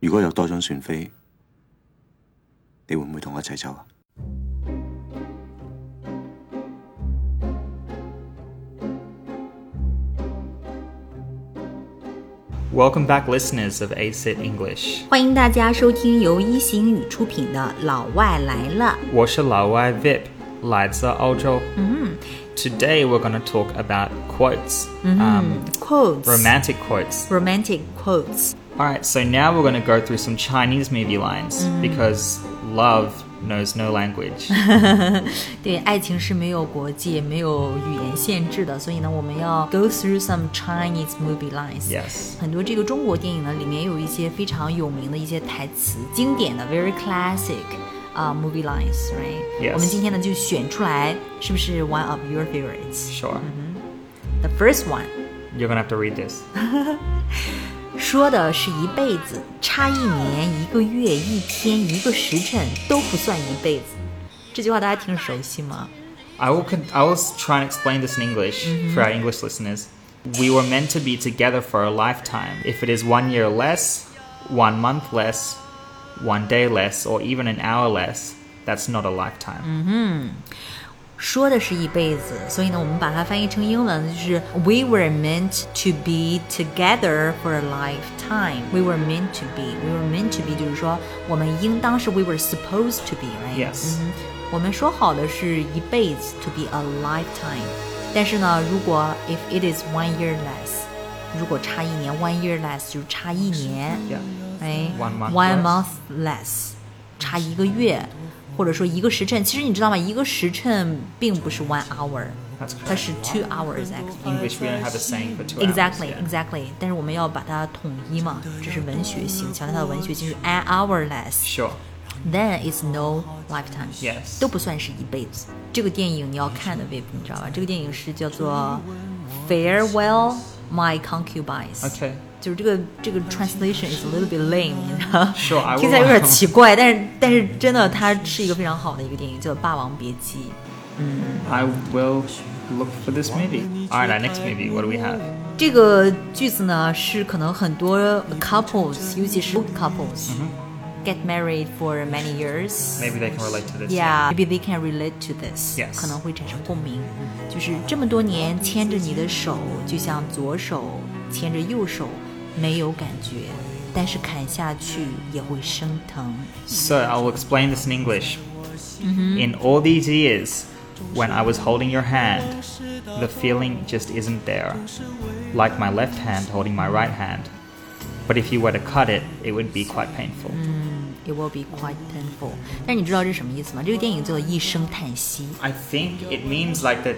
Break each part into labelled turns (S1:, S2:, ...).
S1: 如果有多張船飛，你會唔會同我一齊走啊？
S2: Welcome back, listeners of ACIT English。
S3: 欢迎大家收听由一行语出品的《老外来了
S2: 我是老外 Vip，来自澳洲。Today we're going to talk about quotes, um,》
S3: quotes
S2: romantic quotes.
S3: romantic quotes
S2: All right, so now we're going to go through some Chinese movie lines because love knows no language.
S3: 对，爱情是没有国界、没有语言限制的，所以呢，我们要 go through some Chinese movie lines。
S2: yes.
S3: 很多这个中国电影呢，里面有一些非常有名的一些台词，经典的 very classic 啊、movie lines，right？、
S2: Yes
S3: 我们今天呢就选出来，是不是 one of your favorites？The
S2: Sure.
S3: first one
S2: You're going to have to read this.
S3: 说的是一辈子，差一年、一个月、一天、一个时辰都不算一辈子。这句话大家听着熟悉吗？
S2: I will, con- I will s- try and explain this in English
S3: Mm-hmm.
S2: for our English listeners. We were meant to be together for a lifetime. If it is one year less, one month less, one day less, or even an hour less, that's not a lifetime.
S3: Mm-hmm. 说的是一辈子，所以呢，我们把它翻译成英文就是 We were meant to be together for a lifetime. We were meant to be. We were meant to be 就是说我们应当是 We were supposed to be, right?
S2: Yes.
S3: 嗯我们说好的是一辈子 to be a lifetime，但是呢，如果 if it is one year less，如果差一年 one year less 就是差一年。
S2: Yeah.
S3: 哎
S2: One month less.
S3: month less，差一个月，或者说一个时辰。其实你知道吗？一个时辰并不是 one hour，
S2: That's
S3: 它
S2: correct.
S3: 是 two hours actually。
S2: English, we don't have a saying for two
S3: Exactly,
S2: hours.
S3: exactly. 但是我们要把它统一嘛，这是文学性，强调它的文学性是 an hour less,
S2: Sure.
S3: then it's no lifetime.
S2: Yes.
S3: 都不算是一辈子。这个电影你要看的 Vip，你知道吧？这个电影是叫做《Farewell My Concubines》。
S2: Okay.
S3: 就是这个这个 translation is a little bit lame，你知道吗
S2: Sure, I will-
S3: 听起来有点奇怪，但是但是真的它是一个非常好的一个电影，叫《霸王别姬》。
S2: I will look for this movie. All right, our next movie, what do we have?
S3: 这个句子呢是可能很多 couples，尤其是
S2: Mm-hmm
S3: old couples、get married for many years。
S2: Maybe they can relate to this.
S3: Yeah, maybe they can relate to this.
S2: Yes.
S3: 可能会产生共鸣。就是这么多年牵着你的手，就像左手牵着右手，没有感觉，但是砍下去也会生疼。
S2: So I'll explain this in English.
S3: Mm-hmm.
S2: In all these years, when I was holding your hand, the feeling just isn't there, like my left hand holding my right hand. But if you were to cut it, it would be quite painful.
S3: Mm. It will be quite painful. 但你知道这是什么意思吗？这个电影叫做《一声叹息》。
S2: I think it means like that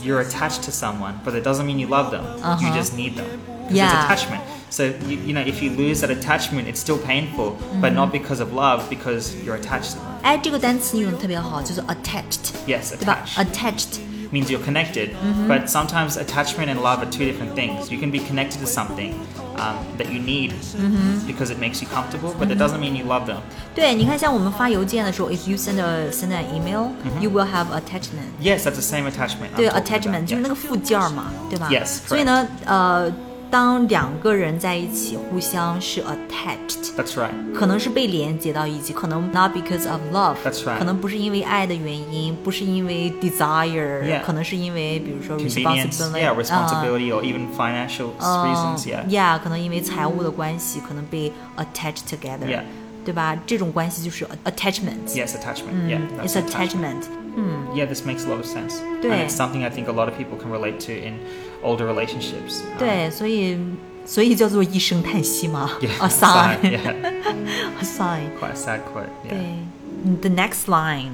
S2: you're attached to someone, but it doesn't mean you love them. You
S3: Uh-huh.
S2: just need them. 'Cause
S3: Yeah.
S2: It's attachment. So you, you know, if you lose that attachment, it's still painful,
S3: Mm.
S2: but not because of love, because you're attached to them.
S3: 哎，这个单词用的特别好，就是 attached，
S2: Yes,
S3: 对吧
S2: attached.
S3: ？attached。
S2: means you're connected.
S3: Mm-hmm.
S2: But sometimes attachment and love are two different things. You can be connected to something um, that you need
S3: Mm-hmm.
S2: because it makes you comfortable, but it doesn't mean you love them.
S3: 对，你看，像我们发邮件的时候，if you send a send an email,
S2: 嗯
S3: you will have attachment.
S2: Yes, that's the same attachment. I'm
S3: 对
S2: talking about,
S3: attachment Mm-hmm. 就是那
S2: yeah.
S3: 个附件儿嘛，对吧
S2: Yes,
S3: 所以呢，呃，当两个人在一起，互相是 attached，
S2: That's right.
S3: 可能是被连接到一起，可能 not because of love，
S2: That's right.
S3: 可能不是因为爱的原因，不是因为 desire，、
S2: Yeah.
S3: 可能是因为比如说
S2: Convenience,
S3: responsibility，
S2: yeah,
S3: Ah. 啊
S2: responsibility, or even financial s-
S3: 嗯
S2: reasons, yeah.
S3: yeah，可能因为财务的关系，可能被 attached together，、
S2: Yeah.
S3: 对吧？这种关系就是 attachment，
S2: Yes, attachment. yeah,
S3: 嗯
S2: that's
S3: Mm, ，it's attachment。
S2: Yeah, this makes a lot of sense. And
S3: 对。
S2: it's something I think a lot of people can relate to in older relationships. Um,
S3: 对，所以所以叫做一声叹息嘛
S2: yeah,
S3: a
S2: sigh,
S3: sigh，
S2: yeah.
S3: a sigh。
S2: Quite a sad quote. Yeah. Mm-hmm.
S3: 对，the next line、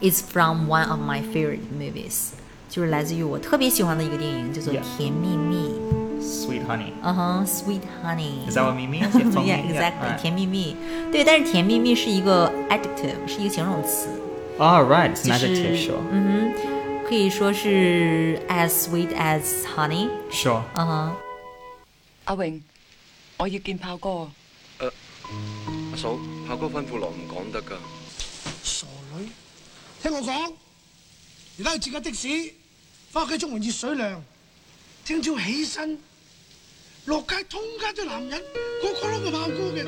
S3: is from one of my favorite movies，就是来自于我特别喜欢的一个电影，叫做《
S2: Yeah
S3: 甜蜜蜜》。
S2: Sweet honey.
S3: 嗯哼、s w e e t Honey。
S2: Is that what me means? Yeah, for me,
S3: yeah, exactly，、
S2: alright.
S3: 甜蜜蜜。对，但是甜蜜蜜是一个 adjective，是一个形容词，
S2: Oh, right. It's an
S3: 就是
S2: adjective, sure.
S3: 嗯哼，可以说是 as sweet as honey。
S2: Sure.
S3: 嗯哼。
S4: 阿榮，我要見炮哥。
S5: 阿嫂，炮哥吩咐落唔講得㗎。
S6: 傻女，聽我講，而家去截架的士，翻屋企沖完熱水涼，聽朝起身落街通街都男人，個個都個炮哥嘅。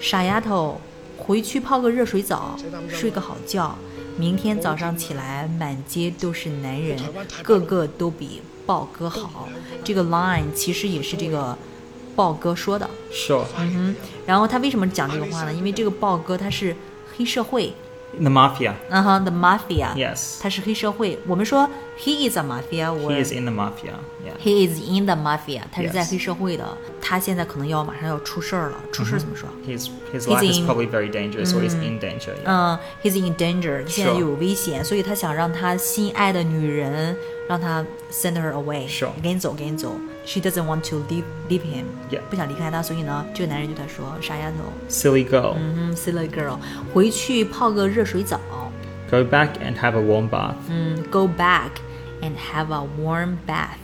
S3: 傻丫头，回去泡个热水澡，睡个好觉，明天早上起来满街都是男人，个个都比豹哥好。这个 line 其实也是这个豹哥说的。
S2: Sure.
S3: 然后他为什么讲这个话呢？因为这个豹哥他是黑社会，
S2: The mafia.
S3: 嗯哼，the mafia。
S2: Yes.
S3: 他是黑社会。我们说 he is a mafia，我
S2: He is in the mafia. Yeah.
S3: He is in the mafia，他是在
S2: Yes.
S3: 黑社会的。他现在可能要马上要出事儿了，出
S2: 嗯
S3: 事儿怎么说？
S2: His his life is
S3: in-
S2: probably very dangerous, or he's in danger. Yeah.
S3: 嗯，he's in danger，现在又有危险，所以他想让他心爱的女人，让他 send her away，
S2: Sure
S3: 你赶紧走，赶紧走。She doesn't want to leave leave him，、
S2: Yeah
S3: 不想离开他，所以呢，这个男人对她说：“傻丫头，
S2: Silly girl,
S3: 嗯，silly girl，回去泡个热水澡，
S2: go back and have a warm bath.
S3: 嗯，go back and have a warm bath。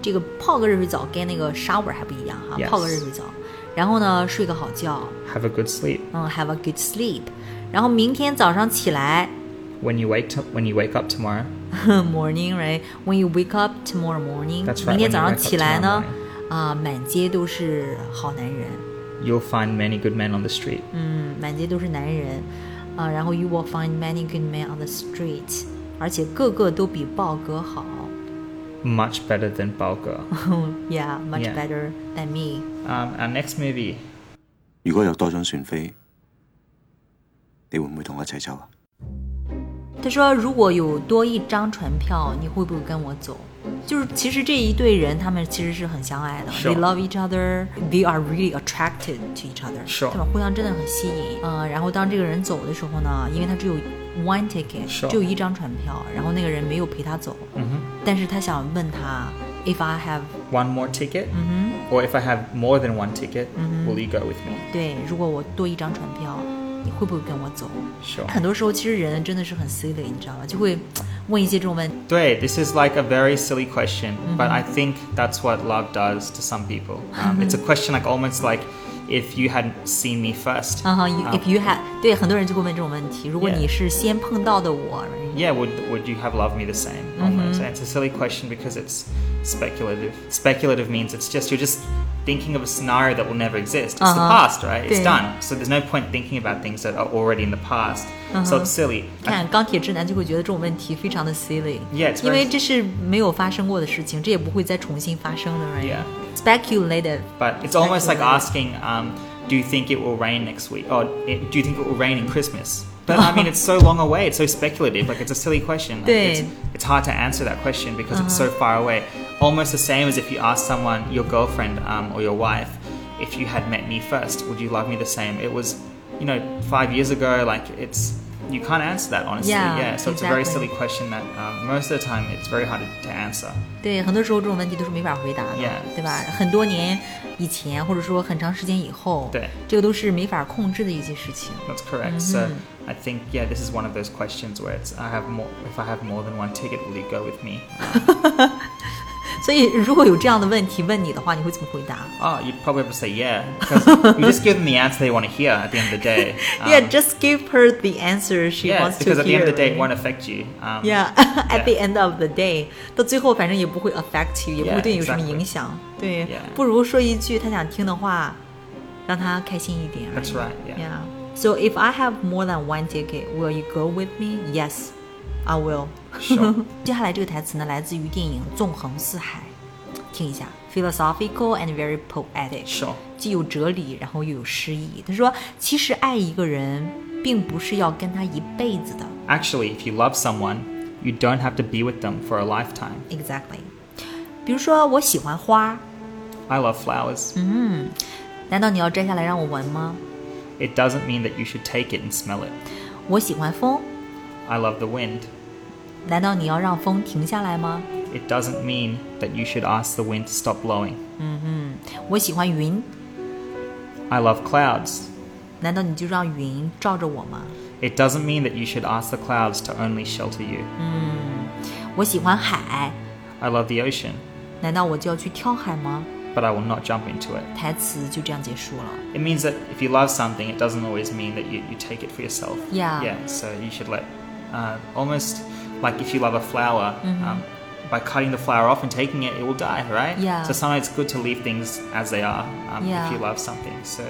S3: 这个泡个热水澡跟那个 shower 还不一样哈
S2: Yes
S3: 泡个热水澡，然后呢，睡个好觉，
S2: Have a good sleep.
S3: 嗯，have a good sleep，然后明天早上起来。”
S2: When you wake to, when you wake up tomorrow,
S3: morning, right? When you wake up tomorrow morning，、
S2: That's right,
S3: 明天早
S2: when
S3: 上
S2: you wake up
S3: 起来呢
S2: tomorrow，
S3: 啊、满街都是好男人，
S2: you'll find many good men on the street.
S3: 嗯，满街都是男人，啊、然后 you will find many good men on the street，而且个个都比豹哥好
S2: Much better than Bulger.
S3: ，yeah, much
S2: Yeah.
S3: better than me。
S2: um, our next movie.
S1: 如果有多張船飛，你會唔會同我一齊走啊？
S3: 他说：“如果有多一张船票，你会不会跟我走？”就是其实这一对人，他们其实是很相爱的。
S2: Sure.
S3: They love each other, they are really attracted to each other.
S2: Sure.
S3: 他们互相真的很吸引。呃，然后当这个人走的时候呢，因为他只有 one ticket，、
S2: Sure.
S3: 只有一张船票，然后那个人没有陪他走。但是他想问他，if I have
S2: One more ticket, mm-hmm. or if I have more than one ticket, will you go with me?
S3: 对，如果我多一张船票，你会不会跟我走？
S2: Sure.
S3: 很多时候其实人真的是很 silly，你知道吗？就会问一些这种问题。
S2: 对, this is like a very silly question, but I think that's what love does to some people. Um, it's a question like almost like if you hadn't seen me first.
S3: 啊哈
S2: um,
S3: ，if you had，对，很多人就会问这种问题。如果
S2: Yeah.
S3: 你是先碰到的我
S2: yeah, would would you have loved me the same? Almost. And it's a silly question because it's speculative. Speculative means it's just you're just thinking of a scenario that will never exist. It's the
S3: Uh-huh.
S2: past, right? It's
S3: Yeah.
S2: done. So there's no point thinking about things that are already in the past. So it's silly.
S3: 看钢铁直男就会觉得这种问题非常的 silly，
S2: Yeah, it's
S3: 因为
S2: very-
S3: 这是没有发生过的事情，这也不会再重新发生的
S2: Yeah.
S3: ，right？Speculative，
S2: But it's almost like
S3: Speculative.
S2: asking, um, do you think it will rain next week? Or it, do you think it will rain in Christmas? But I mean, it's so long away. It's so speculative. Like it's a silly question. Like, it's,
S3: Dude.
S2: it's hard to answer that question because it's so
S3: Uh-huh.
S2: far away. Almost the same as if you ask someone, your girlfriend um, or your wife, if you had met me first, would you love me the same? It was, you know, five years ago. Like it's you can't answer that honestly.
S3: Yeah,
S2: So it's a very
S3: exactly.
S2: silly question that um, most of the time it's very hard to, to answer.
S3: 对，很多时候这种问题都是没法回答的
S2: Yeah.
S3: 对吧？很多年以前，或者说很长时间以后，
S2: 对
S3: 这个都是没法控制的一些事情。
S2: That's correct. So
S3: Mm-hmm.
S2: I think yeah, this is one of those questions where it's I have more if I have more than one ticket, will you go with me?
S3: 所以如果有这样的问题问你的话，你会怎么回答
S2: Oh, you'd probably have to say yeah because you just give them the answer they want to hear at the end of the day. Um,
S3: ？Yeah，just give her the answer she
S2: yeah,
S3: wants to hear.
S2: because at the end of the day, it
S3: right?
S2: won't affect you. Um,
S3: Yeah, at the end of the day，到最后反正也不会 affect you，也不
S2: Yeah,
S3: 会对你有什么
S2: exactly.
S3: 影响。对
S2: Yeah.
S3: 不如说一句他想听的话，让他开心一点。
S2: That's right, yeah.
S3: Yeah. So if I have more than one ticket, will you go with me? Yes, I will.
S2: Sure.
S3: 接下来这个台词呢，来自于电影《纵横四海》，听一下，philosophical and very poetic，
S2: Sure.
S3: 既有哲理，然后又有诗意。他说，其实爱一个人，并不是要跟他一辈子的。
S2: Actually, if you love someone, you don't have to be with them for a lifetime.
S3: Exactly。比如说，我喜欢花，
S2: I love flowers.
S3: Mm-hmm. 难道你要摘下来让我闻吗？
S2: It doesn't mean that you should take it and smell it.
S3: 我喜欢风，
S2: I love the wind.
S3: 难道你要让风停下来吗？
S2: It doesn't mean that you should ask the wind to stop blowing.
S3: 我喜欢云，
S2: I love clouds.
S3: 难道你就让云罩着我吗？
S2: It doesn't mean that you should ask the clouds to only shelter you.
S3: 我喜欢海，
S2: I love the ocean,
S3: 难道我就要去跳海吗？
S2: but I will not jump into it.
S3: 台词就这样结束了。
S2: It means that if you love something, it doesn't always mean that you, you take it for yourself.
S3: Yeah. Mm-hmm.
S2: Yeah, so you should let, uh, almost like if you love a flower, um, by cutting the flower off and taking it, it will die, right?
S3: Yeah.
S2: So sometimes it's good to leave things as they are um,
S3: Yeah.
S2: if you love something. So,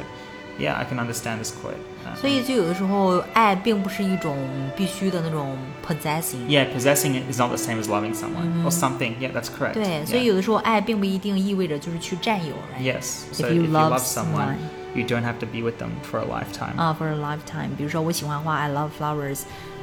S2: yeah, I can understand this quote. Uh,
S3: 所以就有的时候，爱并不是一种必须的那种 possessing。
S2: yeah, possessing it is not the same as loving someone
S3: Mm-hmm.
S2: or something. Yeah, that's correct.
S3: 对
S2: Yeah.
S3: 所以有的时候爱并不一定意味着就是去占有 right?
S2: Yes. So
S3: if you love Oh.
S2: someone, you don't have to be with them for a lifetime.
S3: 啊、f o r a lifetime。比如说我喜欢花，I love flowers，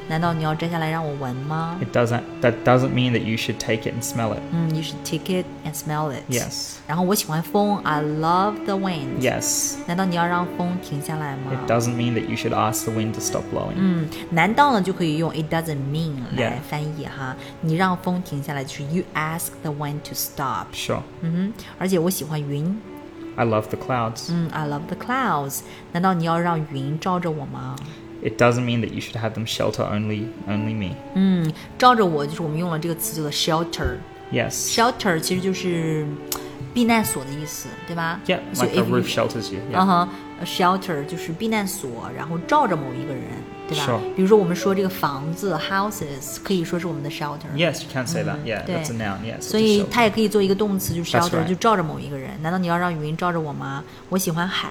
S3: 难道你要摘下来让我闻吗？
S2: It doesn't. That doesn't mean that you should take it and smell it.
S3: 嗯，you should take it and smell it。
S2: Yes.
S3: 然后我喜欢风，I love the wind。
S2: Yes.
S3: 难道你要让风停下来吗
S2: It doesn't mean that you should ask the wind to stop blowing.
S3: Mm. 难道呢就可以用 it doesn't mean
S2: Yeah.
S3: 来翻译哈你让风停下来就是 you ask the wind to stop。
S2: Sure.
S3: 嗯哼，而且我喜欢云，
S2: I love the clouds.
S3: 嗯，I love the clouds。难道你要让云罩着我吗？
S2: It doesn't mean that you should have them shelter only only me.
S3: Mm. 罩着我就是我们用了这个词叫做 shelter。
S2: Yes.
S3: shelter 其实就是嗯避难所的意思，对吧
S2: yeah,
S3: 所
S2: like
S3: 以
S2: a
S3: if you-
S2: roof shelters you.
S3: 嗯
S2: Yeah.
S3: 哼、s h e l t e r 就是避难所，然后罩着某一个人，对吧
S2: Sure
S3: 比如说我们说这个房子 houses 可以说是我们的 shelter。
S2: Yes, you can say that. Yeah,
S3: 对
S2: that's a noun. Yes.
S3: 所以它也可以做一个动词，就是
S2: That's
S3: shelter，
S2: right
S3: 就罩着某一个人。难道你要让云罩着我吗？我喜欢海，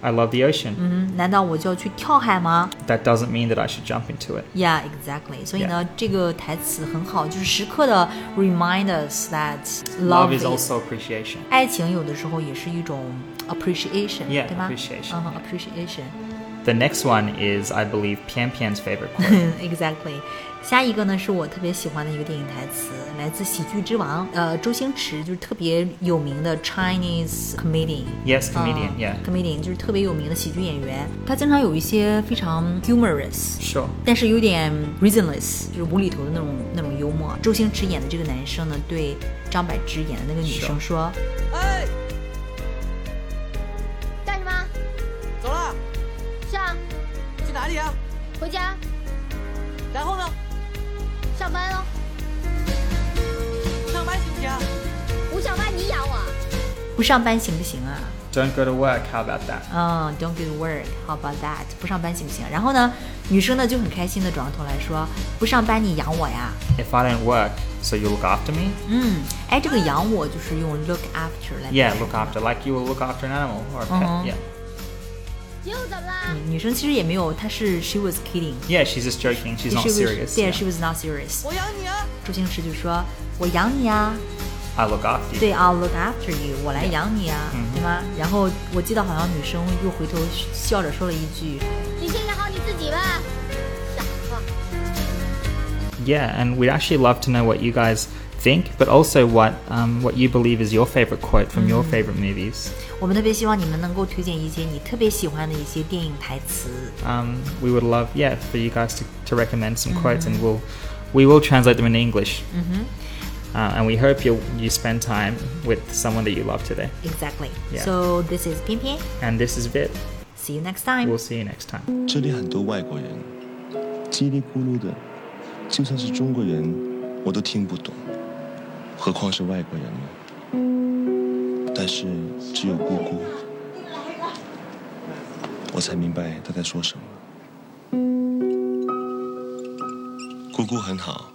S2: I love the ocean.
S3: 嗯，难道我就要去跳海吗
S2: That doesn't mean that I should jump into it.
S3: ？Yeah, exactly。所以呢这个台词很好，就是时刻的 remind us that love,
S2: is also appreciation.
S3: 爱情有的时候也是一种 appreciation，、
S2: Yeah,
S3: 对吧
S2: appreciation，
S3: 嗯哼
S2: yeah.
S3: appreciation，
S2: The next one is, I believe, Pian Pian's favorite quote.
S3: 嗯，exactly。下一个呢是我特别喜欢的一个电影台词，来自《喜剧之王》，呃，周星驰就是特别有名的 Chinese comedian。
S2: yes, comedian. yeah.
S3: 嗯 comedian 就是特别有名的喜剧演员，他经常有一些非常 humorous，
S2: Sure.
S3: 但是有点 reasonless，就是无厘头的那种那种幽默。周星驰演的这个男生呢，对张柏芝演的那个女生说
S7: 哎
S8: 干什么？
S7: 走了，
S8: 是啊，
S7: 去哪里啊？
S8: 回家
S7: 然后呢？
S8: 上班哦喽。
S7: 上班行不行啊？
S8: 不上班你养我。：“
S3: 不上班行不行啊？”
S2: Don't go to work. How about that?
S3: 嗯，Don't get work. How about that？不上班行不行？然后呢，女生呢就很开心的转过头来说：“不上班你养我呀
S2: If I don't work, so you look after me?？”
S3: 嗯，哎，这个养我就是用 look after 来
S2: Yeah,
S3: 表
S2: look
S3: 达
S2: after. Like you will look after an animal or a pet.
S3: Uh-huh.
S2: Yeah.
S8: 又怎么啦？
S3: 嗯女生其实也没有，她是 she was kidding。
S2: Yeah, she's just joking. She's not
S3: She was-
S2: serious.
S3: Yeah,
S2: Yeah.
S3: she was not serious.
S7: 我养你啊！
S3: 周星驰就说：“我养你啊，
S2: I look after you.
S3: 对，I'll look after you，我来养你啊，
S2: 嗯
S3: 对吗？”然后我记得好像女生又回头笑着说了一句
S8: 你先养好你自己吧。傻瓜，
S2: Yeah, and we'd actually love to know what you guys think, but also what um, what you believe is your favorite quote from
S3: Mm-hmm.
S2: your favorite movies.：“
S3: 我们特别希望你们能够推荐一些你特别喜欢的一些电影台词。”
S2: Um, we would love, yeah, for you guys to, to recommend some quotes,
S3: Mm-hmm.
S2: and we'll we will translate them in English. Mm-hmm. Uh, and we hope you you spend time with someone that you love today.
S3: Exactly.
S2: 嗯 Yeah.
S3: So this is 偏偏。
S2: And this is Vit.
S3: See you next time.
S2: We'll see you next time.
S9: 这里很多外国人，叽里咕噜的，就算是中国人，我都听不懂，何况是外国人呢？但是只有姑姑，我才明白她在说什么。姑姑很好，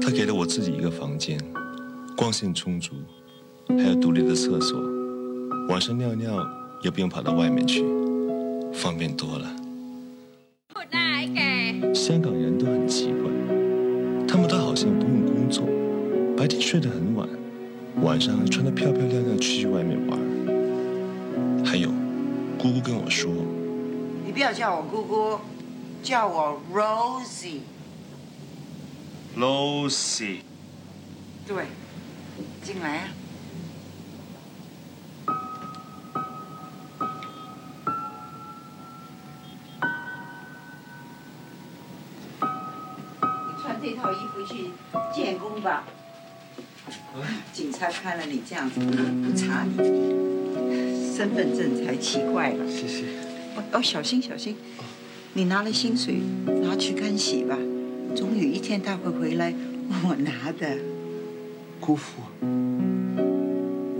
S9: 她给了我自己一个房间，光线充足，还有独立的厕所，晚上尿尿也不用跑到外面去，方便多了。香港人都很奇怪，他们都好像不用工作，白天睡得很晚，晚上穿得漂漂亮亮去外面玩儿。还有，姑姑跟我说，
S7: 你不要叫我姑姑，叫我 Rosie。
S9: Lucy，
S7: 对，进来啊。你穿这套衣服去见工吧。嗯警察看了你这样子，不查你，身份证才奇怪了。
S9: 谢谢。
S7: 哦哦，小心小心！你拿了薪水，拿去干洗吧，总有一天他会回来问我拿的。
S9: 姑父，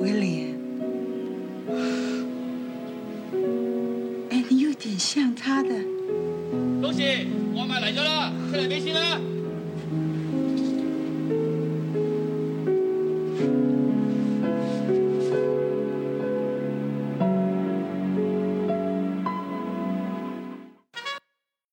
S7: 威廉，哎，你有点像他的。
S10: 老师，外卖嚟咗啦，出嚟俾先啦。